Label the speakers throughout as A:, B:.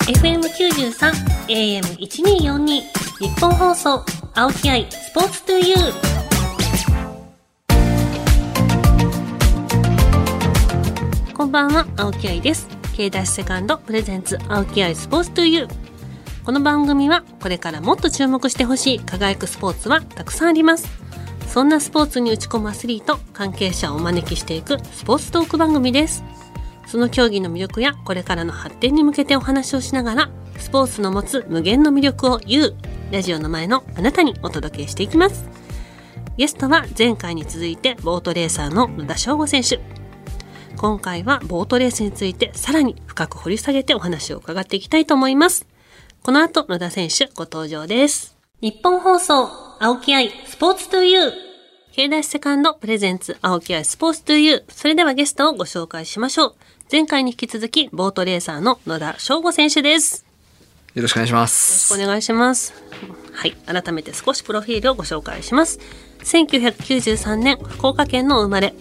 A: FM93、AM1242、日本放送、青木愛、スポーツトゥーユー。こんばんは、青木愛です。K ダッシュセカンドプレゼンツ、青木愛スポーツトゥーユー。この番組は、これからもっと注目してほしい輝くスポーツはたくさんあります。そんなスポーツに打ち込むアスリート、関係者をお招きしていくスポーツトーク番組です。その競技の魅力やこれからの発展に向けてお話をしながら、スポーツの持つ無限の魅力を言う、ラジオの前のあなたにお届けしていきます。ゲストは前回に続いてボートレーサーの野田翔吾選手。今回はボートレースについてさらに深く掘り下げてお話を伺っていきたいと思います。この後、野田選手ご登場です。日本放送、青木愛、スポーツトゥーユー。K ダッシュセカンドプレゼンツ、青木愛スポーツトゥーユー。それではゲストをご紹介しましょう。前回に引き続き、ボートレーサーの野田翔吾選手です。
B: よろしくお願いしま
A: よろ
B: す。
A: しくお願いします。はい、改めて少しプロフィールをご紹介します。1993年、福岡県の生まれ。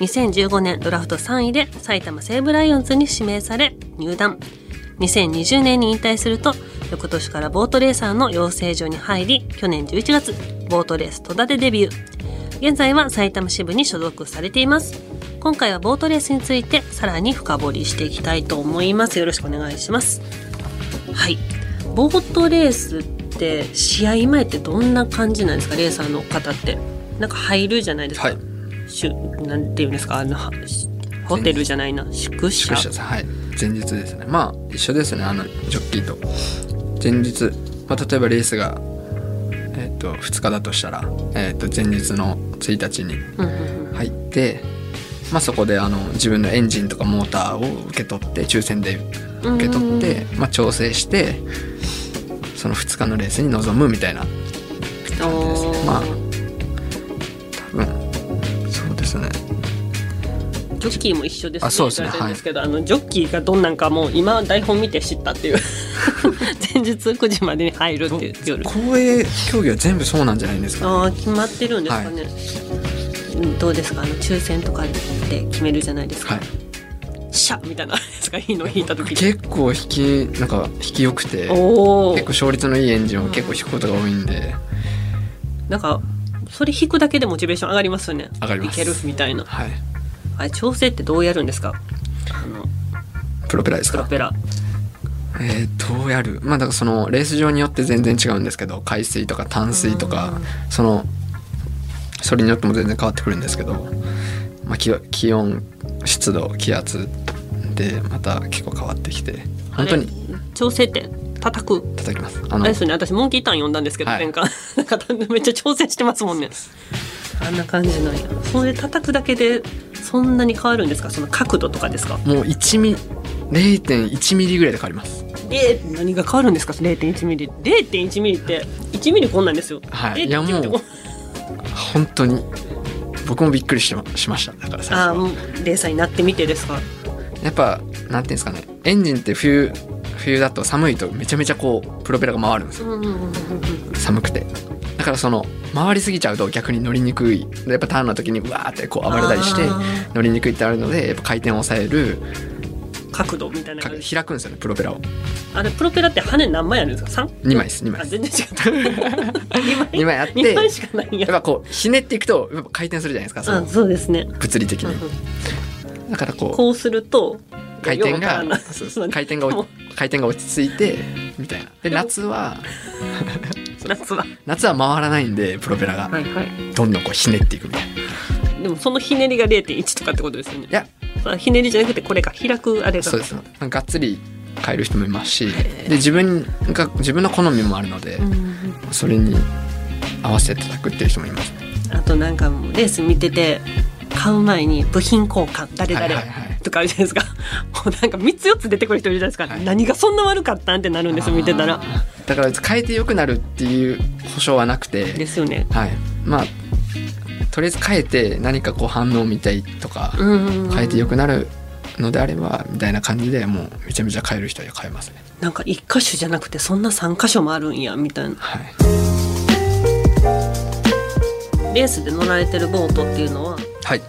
A: 2015年ドラフト3位で埼玉西武ライオンズに指名され入団。2020年に引退すると、翌年からボートレーサーの養成所に入り、去年11月、ボートレース戸田でデビュー。現在は埼玉支部に所属されています。今回はボートレースについてさらに深掘りしていきたいと思います。よろしくお願いします。はい。ボートレースって試合前ってどんな感じなんですかレーサーの方って。なんか入るじゃないですか。
B: はい。
A: しゅなんていうんですかあのはしホテルじゃないな宿舎
B: 宿舎さんはい。前日ですね。まあ一緒ですね。あのジョッキーと前日、まあ例えばレースがえっ、と2日だとしたら、えっ、と前日の1日に
A: うんうんうん
B: 入って、まあそこであの自分のエンジンとかモーターを受け取って抽選で受け取って、まあ調整してその2日のレースに臨むみたいな
A: おー
B: まあ多分そうですね。
A: ジョッキーも一緒です
B: あそうですね
A: って言われてるんですけど、あのジョッキーがどんなんかもう今台本見て知ったっていう 前日9時までに入るっていう夜
B: 公営競技は全部そうなんじゃないんですか、ね。
A: ああ決まってるんですかね、うんどうですかあの抽選とかで決めるじゃないですか、
B: はい。
A: シャッみたいなやつがいいの引いた時に
B: 結構引きなんか引き良くて
A: おお
B: 結構勝率のいいエンジンを結構引くことが多いんで、
A: なんかそれ引くだけでモチベーション上がりますよね
B: 上がります
A: いけるみたいな
B: はい
A: あれ調整ってどうやるんですかあの
B: プロペラです
A: プロ
B: か
A: ペラ
B: えー、どうやるまあだからそのレース場によって全然違うんですけど海水とか淡水とかそのそれによっても全然変わってくるんですけど、まあ、気気温湿度気圧でまた結構変わってきて本当に
A: あれ調整って叩く
B: 叩きますあ
A: あ
B: の
A: れですよね私モンキーターン読んだんですけど、
B: はい
A: 前回なんか めっちゃ調整してますもんねあんな感じなんやそれ叩くだけでそんなに変わるんですかその角度とかですか
B: もう1ミリ0.1ミリぐらいで変わります
A: で何が変わるんですか0.1ミリ0.1ミリって1ミリこんなんですよ、
B: はい
A: 0.1
B: いやもう
A: ってこん
B: 本当に僕もびっくりしましましただから最初
A: あ
B: は
A: ーもうレーサーになってみてですか
B: やっぱなんていうんですかねエンジンって冬冬だと寒いとめちゃめちゃこうプロペラが回るんですよ
A: うんうんうん
B: 寒くてだからその回りすぎちゃうと逆に乗りにくいやっぱターンの時にうわーってこう暴れたりして
A: あー
B: 乗りにくいってあるのでやっぱ回転を抑える
A: 角度みたいな
B: か
A: 感じ
B: 開くんですよねプロペラを
A: あれプロペラって羽何枚あるんですか三
B: 2枚です2枚
A: あ
B: です
A: 全然違った二枚
B: 2枚あって
A: 二
B: や
A: 枚
B: っ
A: しかないんや
B: ぱこうひねっていくとやっぱ回転するじゃないですかそ
A: あ
B: の
A: そうですね、
B: 物理的
A: うんう
B: に
A: ん
B: だからこ
A: こうすると
B: う回転
A: ようわからんな
B: がそうそう回転が
A: も
B: 落ち回転が落ち着いてみたいな
A: で
B: で
A: も
B: 夏は
A: 夏は
B: 夏は回らないんでプロペラが
A: はいはい
B: どんどんこうひねっていくみたいない
A: でもそのひねりが0.1とかってことですよね
B: や
A: あひねりじゃなくてこれが開くあれが
B: そうですなんかがっつり変える人もいますしで自分が自分の好みもあるので、
A: うんうん
B: それに合わせて叩くっていう人もいます、ね、
A: あとなんかもうレース見てて買う前に部品交換誰々、
B: はいはいはい
A: とかあるじゃないですか もうなんか3つ4つ出てくる人いるじゃないですか、
B: はい
A: 何がそんな悪かったんってなるんですよ見てた
B: あ
A: ら
B: ーだから変えてよくなるっていう保証はなく
A: で
B: て
A: すよね
B: はいまあとりあえず変えて何かこう反応みたいとか
A: うん
B: 変えてよくなるのであればみたいな感じでもうめちゃめちゃ変える人は変えますね
A: なんか1箇所じゃなくてそんな3箇所もあるんやみたいな
B: はい
A: レースで乗られてるボートっていうのは
B: はい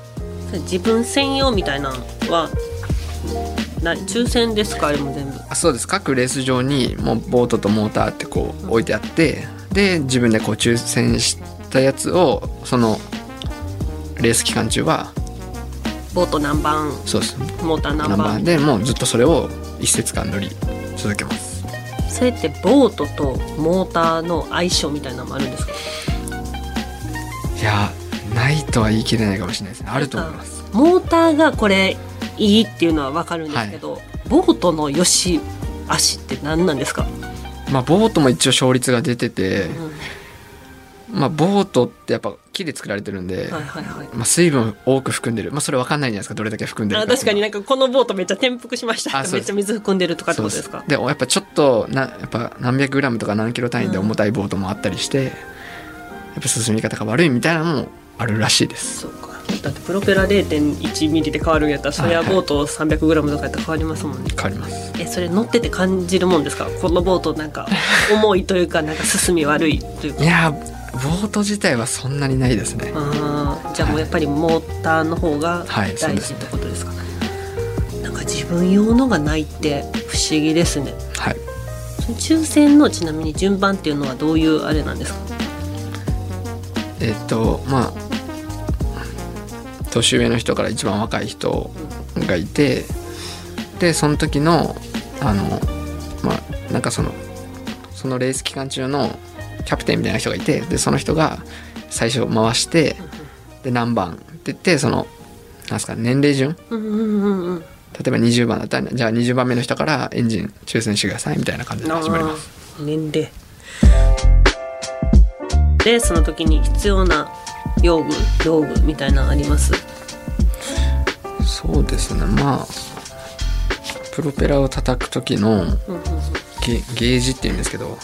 A: 自分専用みたいなのはな抽選ですかあれも全部
B: あそうです各レース場にもうボートとモーターってこう置いてあってで自分でこう抽選したやつをそのレース期間中は
A: ボート何番
B: そうです
A: モーター
B: ナ
A: 何
B: ンバー
A: 番
B: でもうずっとそれを1節間乗り続けます
A: それってボートとモーターの相性みたいなのもあるんですか
B: いやないとは言い切れないかもしれないですねあると思います
A: モーターがこれいいっていうのはわかるんですけど、ボートの良し悪しって何なんですか、
B: まあボートも一応勝率が出てて
A: うん、
B: まあボートってやっぱ木で作られてるんで、
A: はいはいはい
B: まあ、水分多く含んでるまあそれ分かんないじゃないですかどれだけ含んでる
A: あ
B: か
A: 確かになんかこのボートめっちゃ転覆しました
B: あそ
A: めっ
B: うです
A: ちゃ水含んでるとかって
B: そ
A: こ
B: うで
A: と
B: す
A: ですか
B: でやっぱちょっとなやっぱ何百グラムとか何キロ単位で重たいボートもあったりして、やっぱ進み方が悪いみたいなのもあるらしいです
A: そうかだってプロペラ0.1ミリで変わるんやったらそりゃ
B: はいはい
A: ボート300グラムとかやったら変わりますもんね
B: 変わります
A: えそれ乗ってて感じるもんですかこのボートなん か重いというかなんか進み悪いというか
B: いやーボート自体はそんなにないですね
A: あーじゃあもうやっぱりモーターの方が
B: はいそう
A: 大
B: です
A: 事ってことですか、なんか自分用のがないって不思議ですね
B: はい
A: その抽選のちなみに順番っていうのはどういうあれなんですか
B: えっ、とまあ年上の人から一番若い人がいてでその時のあのまあなんかそのそのレース期間中のキャプテンみたいな人がいてでその人が最初回してで何番って言ってそのなんすか年齢順
A: うんうんうんうん
B: 例えば20番だったらじゃあ20番目の人からエンジン抽選してくださいみたいな感じで始まります。
A: あー年齢レースの時に必要な用具道具みたいなのあります
B: そうですねまあプロペラを叩く時の
A: うんうん
B: ゲゲージって言うんですけど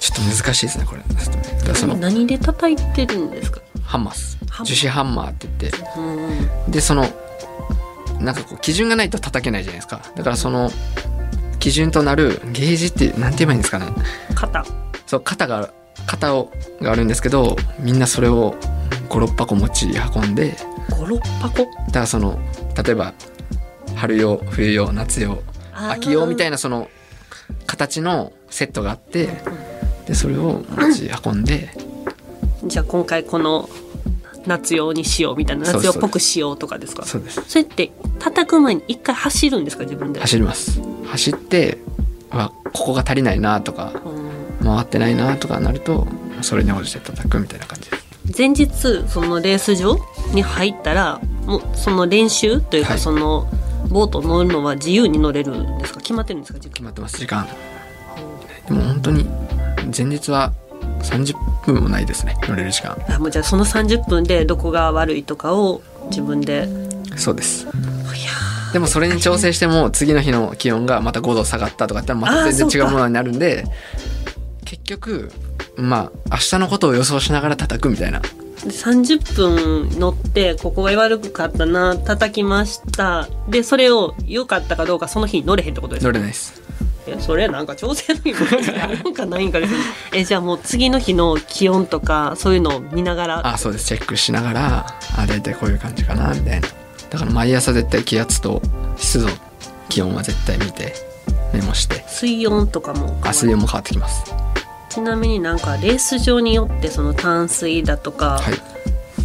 B: ちょっと難しいですねこれちょっとだからその
A: 何で叩いてるんですか、
B: ハンマーっす
A: ハンマー
B: 樹脂ハンマーって言って
A: うんうん、
B: でそのなんかこう基準がないと叩けないじゃないですかだからその基準となるゲージってなんて言えばいいんですかね
A: 肩
B: そう肩が肩をがあるんですけどみんなそれを56箱持ち運んで
A: 56箱
B: だからその例えば春用冬用夏用秋用みたい
A: な
B: なその形のセットがあってでそれを持ち運んで
A: じゃあ今回この夏用にしようみたいな
B: そう
A: 夏
B: です
A: 用っぽくしようとかですか
B: そうです
A: それって叩く前に一回走るんですか自分で
B: 走ります走ってあここが足りないなとか
A: うん
B: 回ってないなとかなるとそれに応じて叩くみたいな感じです
A: 前日そのレース場に入ったらもうその練習というか、
B: はい
A: そのボート乗るのは自由に乗れるんですか決まってるんですか時
B: 決
A: 間
B: まってます時間でも本当に前日は30分もないですね乗れる時間
A: あもうじゃあその30分でどこが悪いとかを自分で
B: そうです
A: いや
B: でもそれに調整しても次の日の気温がまた5度下がったとかってまた全然違うものになるんで結局まあ明日のことを予想しながら叩くみたいな
A: で30分乗ってここが悪かったな叩きましたでそれを良かったかどうかその日に乗れへんってことですか
B: 乗れないです
A: えそれなんか調整の日なんかないんかですねえじゃあもう次の日の気温とかそういうのを見ながら
B: あそうですチェックしながらあ大体こういう感じかなみたいなだから毎朝絶対気圧と湿度気温は絶対見てメモして
A: 水温とかも変わる
B: あ水温も変わってきます
A: ちなみになんかレース場によってその淡水だとか、
B: はい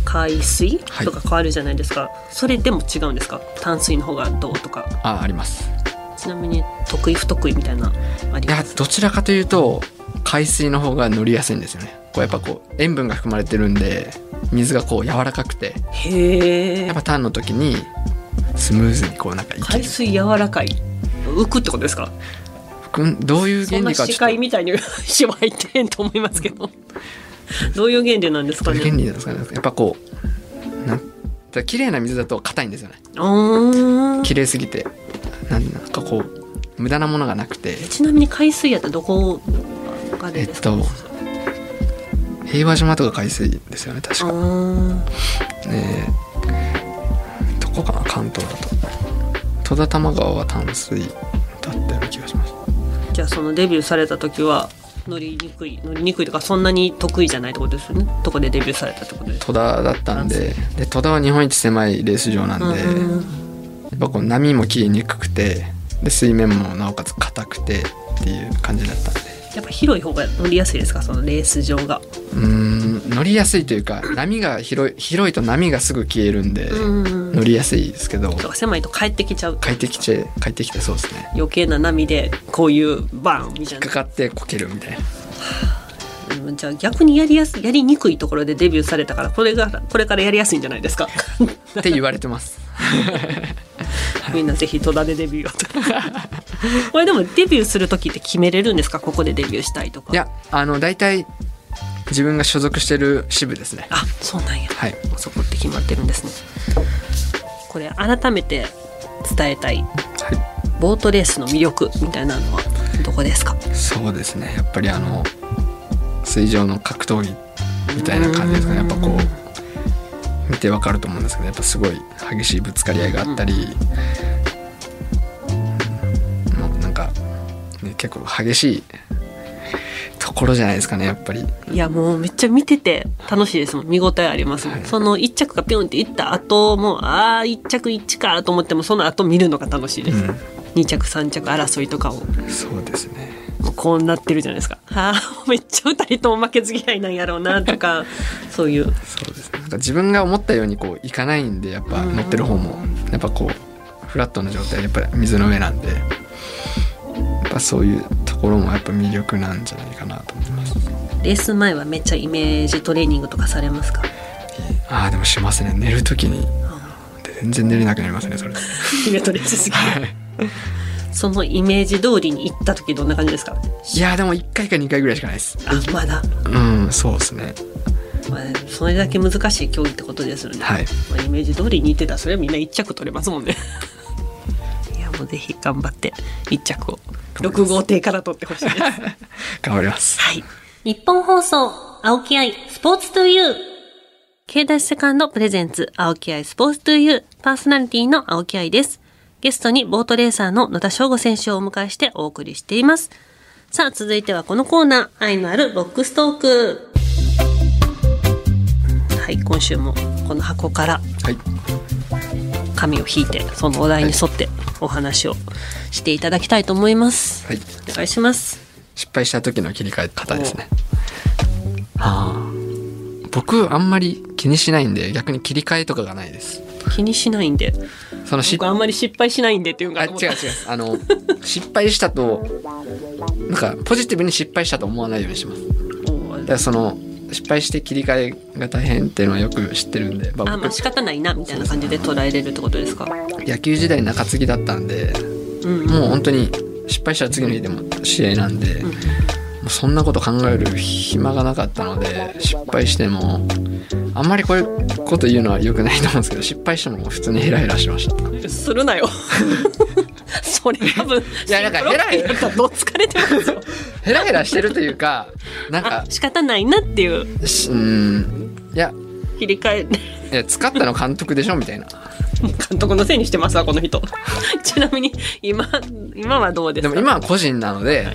A: 海水
B: はい
A: とか変わるじゃないですか、それでも違うんですか淡水の方がどうとか
B: ああります
A: ちなみに得意不得意みたいなあり
B: いや
A: ます
B: どちらかというと海水の方が乗りやすいんですよねこうやっぱこう塩分が含まれてるんで水がこう柔らかくて
A: へ
B: や
A: え
B: っぱターンの時にスムーズにこうなんかいけ
A: 海
B: る
A: 水柔らかい浮くってことですか
B: うんどういう
A: そ
B: 原
A: んな
B: 理か
A: 視
B: ちょっ
A: 界
B: と
A: みたいに 石は入ってへんと思いますけどどういう原理なんですか
B: どういう
A: ね
B: 原理なんですかねやっぱこうなんだから綺麗な水だと硬いんですよね
A: うーん
B: 綺麗すぎてなんなんかこう無駄なものがなくて
A: ちなみに海水やったらどこが
B: え
A: で
B: っ
A: すか、
B: と平和島とか海水ですよね確
A: う
B: か、
A: ーん
B: えーどこかな関東だと戸田多摩川は淡水だったような気がします
A: じゃあそのデビューされた時は乗りにくい乗りにくいとかそんなに得意じゃないってことですよねとこでデビューされたってことです
B: 戸田だったんでで戸田は日本一狭いレース場なんで、
A: うんうん
B: やっぱこう波も切りにくくてで水面もなおかつ硬くてっていう感じだったんで
A: やっぱ広い方が乗りやすいですかそのレース場が。
B: うーん乗りやすいというか波が広い広いと波がすぐ消えるんで
A: うん
B: 乗りやすいですけど
A: とか狭いと帰ってきちゃう
B: 帰ってきて帰ってきてそうですね
A: 余計な波でこういうバーンみたい
B: 引っか
A: な
B: かってこけるみたいな
A: うんじゃあ逆にやりやすやりにくいところでデビューされたからこれがこれからやりやすいんじゃないですか
B: って言われてます
A: みんなぜひ戸田でデビューを とこれでもデビューする時って決めれるんですかここでデビューしたいとか
B: いやあの大体自分が所属してる支部ですね
A: あそうなんや
B: はい
A: そこって決まってるんですねこれ改めて伝えたい
B: は
A: ボートレースの魅力みたいなのはどこですか
B: いそうですねやっぱりあの水上の格闘技みたいな感じですかねやっぱこう見てわかると思うんですけどやっぱすごい激しいぶつかり合いがあったり、うんもうなんか、ね、結構激しいところじゃないですかねやっぱり
A: いやもうめっちゃ見てて楽しいですもん見応えありますもん、
B: はい
A: その1着がピョンっていった後もうああ1着1かと思ってもその後見るのが楽しいです、
B: うん
A: 2着3着争いとかを
B: そうですね
A: もうこうなってるじゃないですかああめっちゃ2人とも負けず嫌いなんやろうなと かそういう
B: そうですねなんか自分が思ったようにこういかないんでやっぱ
A: うん
B: 乗ってる方もやっぱこうフラットな状態でやっぱり水の上なんでやっぱそういうところもやっぱ魅力なんじゃないかなと思います
A: レース前はめっちゃイメージトレーニングとかされますか
B: ああでもしますね寝る時に全然寝れなくなりますねそれ
A: イメトレースすぎ
B: はい
A: そのイメージ通りに行った時どんな感じですか
B: いやでも1回か2回ぐらいしかないです
A: あまだ、
B: うんそうですね
A: まあ、それだけ難しい競技ってことですよね
B: はい
A: まあイメージ通りにいってたらそれはみんな1着取れますもんねいやもうぜひ頑張って1着を
B: 頑張
A: 6
B: ります
A: 号艇から取ってほしいですは
B: 頑張ります
A: い日本放送青木愛スポーツトゥユー K ダッシュセカンドプレゼンツ青木愛スポーツトゥユーパーソナリティの青木愛ですゲストにボートレーサーの野田翔吾選手をお迎えしてお送りしていますさあ続いてはこのコーナー愛のあるボックストークはい今週もこの箱から
B: はい
A: 紙を引いてそのお題に沿ってお話をしていただきたいと思います。
B: はい
A: お願いします。
B: 失敗した時の切り替え方ですねああ僕あんまり気にしないんで逆に切り替えとかがないです
A: 気にしないんで、
B: その失
A: 僕あんまり失敗しないんでっていうの
B: あ
A: が
B: 違う違うあの失敗したとなんかポジティブに失敗したと思わないようにしますだからその失敗して切り替えが大変っていうのはよく知ってるんで、まあ
A: あ、まあ仕方ないなみたいな感じで捉えれるってことですか。
B: 僕野球時代中継ぎだったんで
A: うん、
B: もう本当に失敗したら次の日でも試合なんで、もうそんなこと考える暇がなかったので失敗してもあんまりこういうこと言うのは良くないと思うんですけど失敗しても普通にヘラヘラしました
A: するな よ。それ多分、
B: いやなんか偉い
A: シンクロだったらどう疲れてますよ。
B: ヘラヘラしてるというかなん
A: あ
B: か、
A: 仕方ないなっていう
B: しうんいや
A: 切り替え。
B: いや使ったの監督でしょみたい な
A: 監督のせいにしてますわこの人ちなみに今今はどうです
B: で
A: か
B: も今は個人なので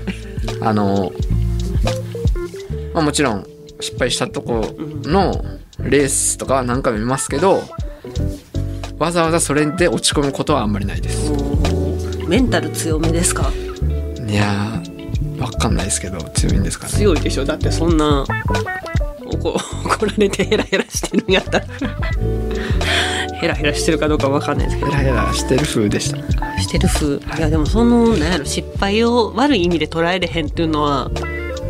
B: あの、まあ、もちろん失敗したとこのレースとかは何回も見ますけどわざわざそれで落ち込むことはあんまりないです
A: メンタル強めですか
B: いやーわかんないですけど強いんですかね
A: 強いでしょだってそんな怒怒られてヘラヘラしてるんやったらヘラヘラしてるかどうかわかんないですけ
B: ヘ
A: ど
B: ラヘラしてる風でした
A: してる風いやでもそのなんやろ失敗を悪い意味で捉えれへんっていうのは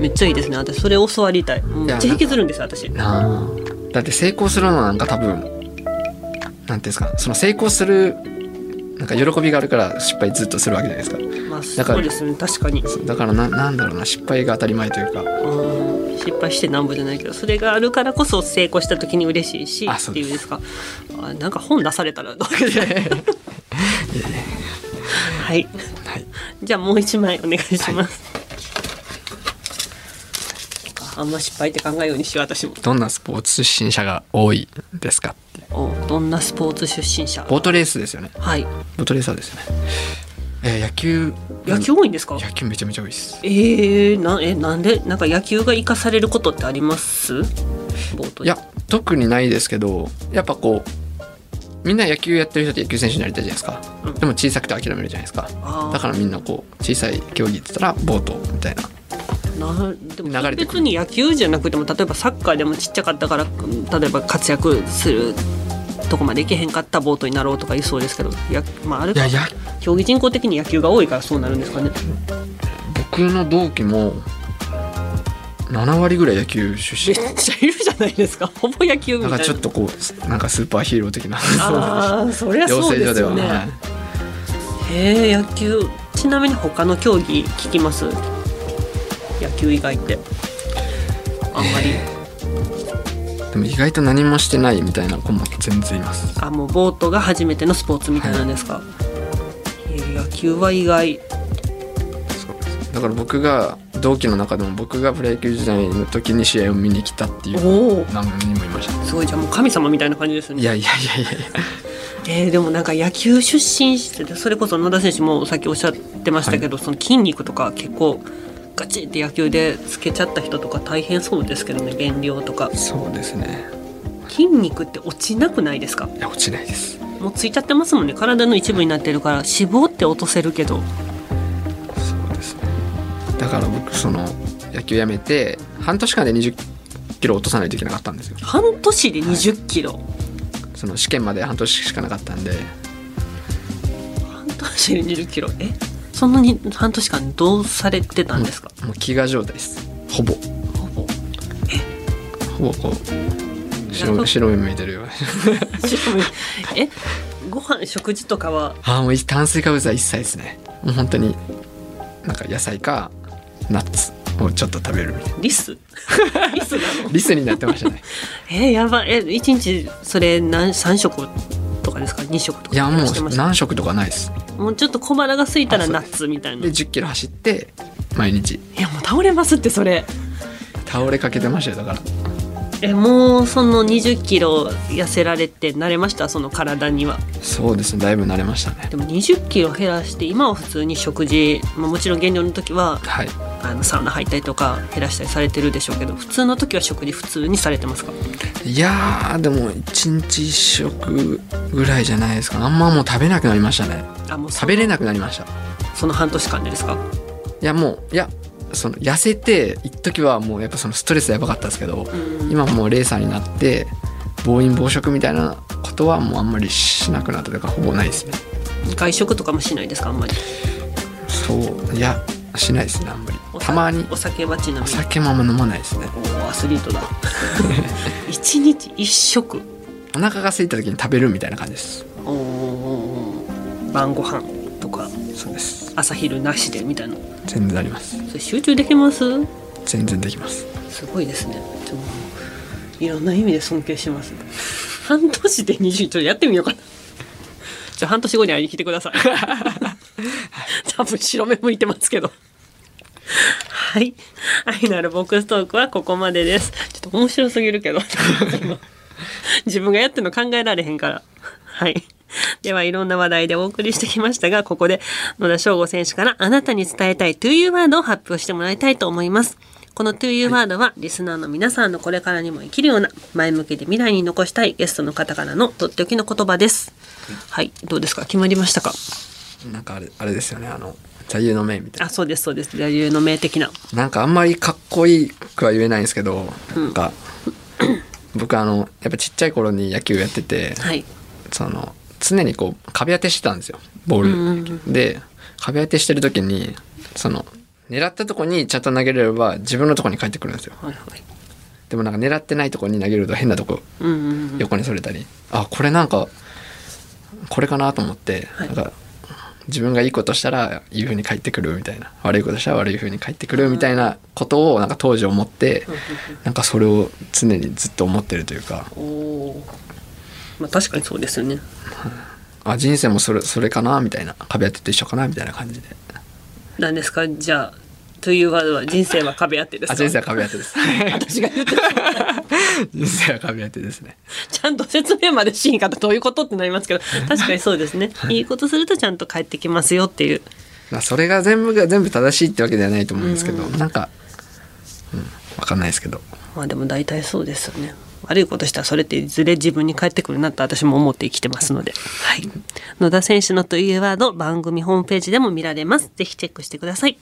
A: めっちゃいいですね私それ教わりたいめっちゃ引きずるんです私
B: なあだって成功するのなんか多分なんていうんですかその成功するなんか喜びがあるから失敗ずっとするわけじゃないですか
A: まあそ
B: だから
A: うですね確かに
B: だからななんだろうな失敗が当たり前というか
A: うん失敗してなんぼじゃないけどそれがあるからこそ成功した時に嬉しいし
B: あ
A: っ
B: そう
A: て
B: で
A: い
B: す
A: うんですかあなんか本出されたらどういう はい
B: はい
A: じゃあもう一枚お願いします、あんま失敗って考えようにしよう私も
B: どんなスポーツ出身者が多いですかって
A: おどんなスポーツ出身者
B: ボートレースですよね
A: はい
B: ボートレーサーですよねえー野球
A: 野球多いんですか
B: 野球めちゃめちゃ多いです
A: えー、なえなんでなんか野球が生かされることってありますボート
B: いや特にないですけどやっぱこうみんな野球やってる人って野球選手になりたいじゃないですか、
A: うん
B: でも小さくて諦めるじゃないですか
A: あー
B: だからみんなこう小さい競技って言ったらボートみたいな
A: なでも
B: 流れてくる
A: 別に野球じゃなくても例えばサッカーでもちっちゃかったからうん例えば活躍するとこまでいけへんかったボートになろうとか言いそうですけどや、まあ、あれ
B: いやいや
A: 競技人口的に野球が多いからそうなるんですかね。
B: 僕の同期も7割ぐらい野球出
A: め
B: 身
A: っちゃいるじゃないですかほぼ野球みた
B: だ
A: いな
B: からちょっとこうなんかスーパーヒーロー的な
A: ああそ りゃ
B: 養
A: そう
B: 成
A: で
B: 所
A: す
B: では
A: よね、
B: はい
A: へえ野球ちなみに他の競技聞きます野球以外ってあんまり、
B: でも意外と何もしてないみたいな子も全然います
A: あもうボートが初めてのスポーツみたいなんですか、えー野球は意外
B: だから僕が同期の中でも僕がプロ野球時代の時に試合を見に来たっていう
A: おお
B: 何人もいました
A: すごいじゃあもう神様みたいな感じです
B: い
A: ね
B: やいやいやいやいや
A: えーでもなんか野球出身しててそれこそ野田選手もさっきおっしゃってましたけど、その筋肉とか結構ガチって野球でつけちゃった人とか大変そうですけどね減量とか
B: そうですね
A: 筋肉って落ちなくないですか
B: いや落ちないです
A: もうついちゃってますもんね体の一部になってるから脂肪って落とせるけど
B: そうですねだから僕その野球やめて半年間で2 0キロ落とさないといけなかったんですよ
A: 半年で2 0キロ、
B: その試験まで半年しかなかったんで
A: 半年で2 0キロえそんなに半年間どうされてたん ですか、
B: もう飢餓状態ですほぼ
A: ほぼ
B: ほぼこう白白目向いてるよ
A: えご飯食事とかは
B: ああもう炭水化物は一切ですねもう本当になんか野菜かナッツをちょっと食べるみたいな
A: リス リスなの
B: リスになって ましたね
A: えやばいえ一日それ何3食とかですか2食とか
B: いやも
A: してま
B: う
A: した
B: 何食とかないです
A: もうちょっと小腹が空いたら
B: あそう
A: ナ
B: で
A: ッ
B: す
A: ツみたいな
B: で
A: い
B: 1 0キロ走って毎日
A: やもう倒れますってそれ
B: 倒れかけてましたよだから
A: えもうその2 0キロ痩せられて慣れましたその体には
B: そうですねだいぶ慣れましたね
A: でも2 0キロ減らして今は普通に食事、まあ、もちろん減量の時は
B: はい
A: あのサウナ入ったりとか減らしたりされてるでしょうけど普通の時は食事普通にされてますか
B: いやーでも1日1食ぐらいじゃないですかあんまもう食べなくなりましたね
A: あもうそ
B: 食べれなくなりましたい
A: その半年間でですか
B: やもういやその痩せて一時はもうやっぱそのストレスやばかったんですけど
A: うん
B: 今もうレーサーになって暴飲暴食みたいなことはもうあんまりしなくなったというかほぼないですね
A: 外食とかもしないですかあんまり
B: そういやしないですねあんまり
A: お酒
B: たまに
A: お酒はちな
B: お
A: みに
B: 酒もあんま飲まないですね
A: おーアスリー トだ一日一食
B: お腹が空いた時に食べるみたいな感じです
A: おーおーおー晩ご飯とか
B: そうです
A: 朝昼なしでみたいな
B: 全然あります
A: それ集中できます
B: 全然できます
A: すごいですねちょっといろんな意味で尊敬します半年で20ちょっとやってみようかなじゃあ半年後に会いに来てください多分白目向いてますけどはい愛なるボックストークはここまでですちょっと面白すぎるけど今 自分がやってるの考えられへんから はいではいろんな話題でお送りしてきましたがここで野田翔吾選手からあなたに伝えたい TOYOU ワードを発表してもらいたいと思いますこの TOYOU ワードはリスナーの皆さんのこれからにも生きるような前向きで未来に残したいゲストの方からのとっておきの言葉ですはいどうですか決まりましたか
B: なんかあれあれですよねあの座右の銘みたいな
A: あそうですそうです座右の銘的な
B: なんかあんまりかっこいいくは言えないんですけど、なんか僕あのやっぱちっちゃい頃に野球やってて、
A: はい
B: その常にこう壁当てしてたんですよボール、で壁当てしてる時にその狙ったとこにちゃんと投げれれば自分のとこに返ってくるんですよ
A: はいはい
B: でもなんか狙ってないとこに投げると変なとこ
A: うんうんうん
B: 横にそれたり、あこれなんかこれかなと思って、
A: はい
B: なんか自分がいいことしたらいい風に返ってくるみたいな悪いことしたら悪い風に返ってくるみたいなことをなんか当時思って、なんかそれを常にずっと思ってるというか
A: おおーまあ確かにそうですよね
B: あ人生もそれそれかなみたいな壁当てと一緒かなみたいな感じで
A: 何ですかじゃあというワードは人生は壁当てです
B: あ
A: か
B: 人生は壁当てです
A: 私が言ってる
B: 人生は壁当てですね
A: ちゃんと説明までしんかったどういうことってなり ますけど確かにそうですねいいことするとちゃんと帰ってきますよっていう
B: まあそれが全部が全部正しいってわけではないと思うんですけど、なんか、うん、わかんないですけど
A: まあでも大体そうですよね悪いことしたらそれっていずれ自分に返ってくるなと私も思って生きてますので、はい、野田選手のというワード番組ホームページでも見られますぜひチェックしてください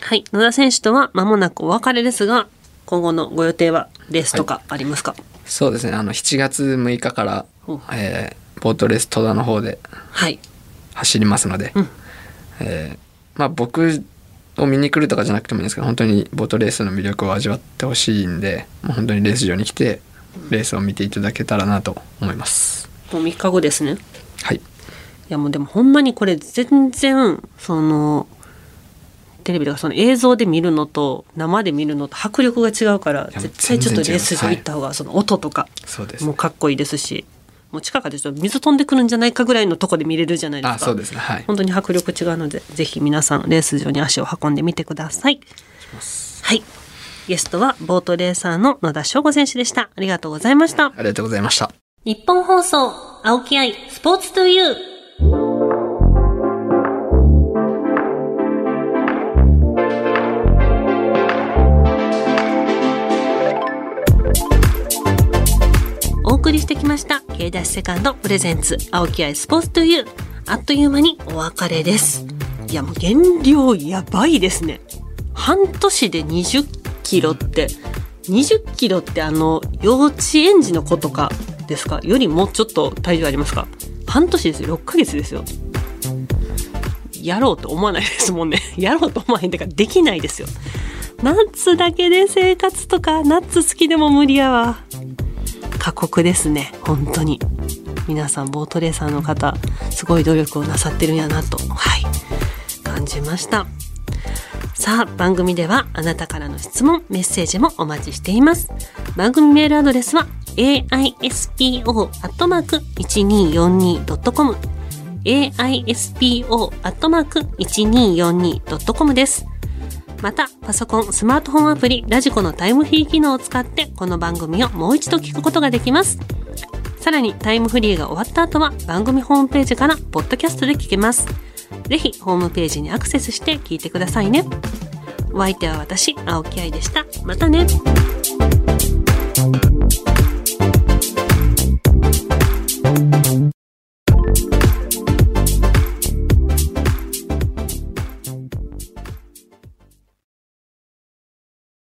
A: はい野田選手とは間もなくお別れですが今後のご予定はレースとかありますか
B: そうですねあの7月6日から
A: うん、
B: えーボートレース戸田の方で
A: はい、
B: 走りますので、
A: うん
B: えーまあ、僕を見に来るとかじゃなくてもいいんですけど本当にボートレースの魅力を味わってほしいんで、まあ、本当にレース場に来てレースを見ていただけたらなと思います。
A: もう3日後ですね
B: はい、
A: いやもうでもほんまにこれ全然そのテレビとかその映像で見るのと生で見るのと迫力が違うから
B: いや
A: 絶対ちょっとレ
B: 全然違
A: ー
B: う
A: ス場行った方がその音とか
B: そうです
A: もうかっこいいですしもう近くでちょっと水飛んでくるんじゃないかぐらいのとこで見れるじゃないですか
B: あそうですねはい
A: 本当に迫力違うのでぜひ皆さんレース場に足を運んでみてくださいはいゲストはボートレーサーの野田翔吾選手でしたありがとうございました
B: ありがとうございました。
A: 日本放送、青木愛、スポーツトゥーユー。お送りしてきました、K ダッシュセカンドプレゼンツ、青木愛、スポーツトゥーユー。あっという間にお別れです。いや、もう減量やばいですね。半年で20キロって、20キロってあの、幼稚園児の子とかですかよりもちょっと体重ありますか半年ですよ。6ヶ月ですよ。やろうと思わないですもんね。 やろうと思わへんってか、できないですよ。ナッツだけで生活とか、ナッツ好きでも無理やわ。過酷ですね。本当に。皆さん、ボートレーサーの方、すごい努力をなさってるんやなと、はい、感じました。さあ番組ではあなたからの質問メッセージもお待ちしています番組メールアドレスは aispo.1242.com aispo.1242.com ですまたパソコンスマートフォンアプリラジコのタイムフリー機能を使ってこの番組をもう一度聞くことができますさらにタイムフリーが終わった後は番組ホームページからポッドキャストで聞けますぜひホームページにアクセスして聞いてくださいねお相手は私青木愛でしたまたね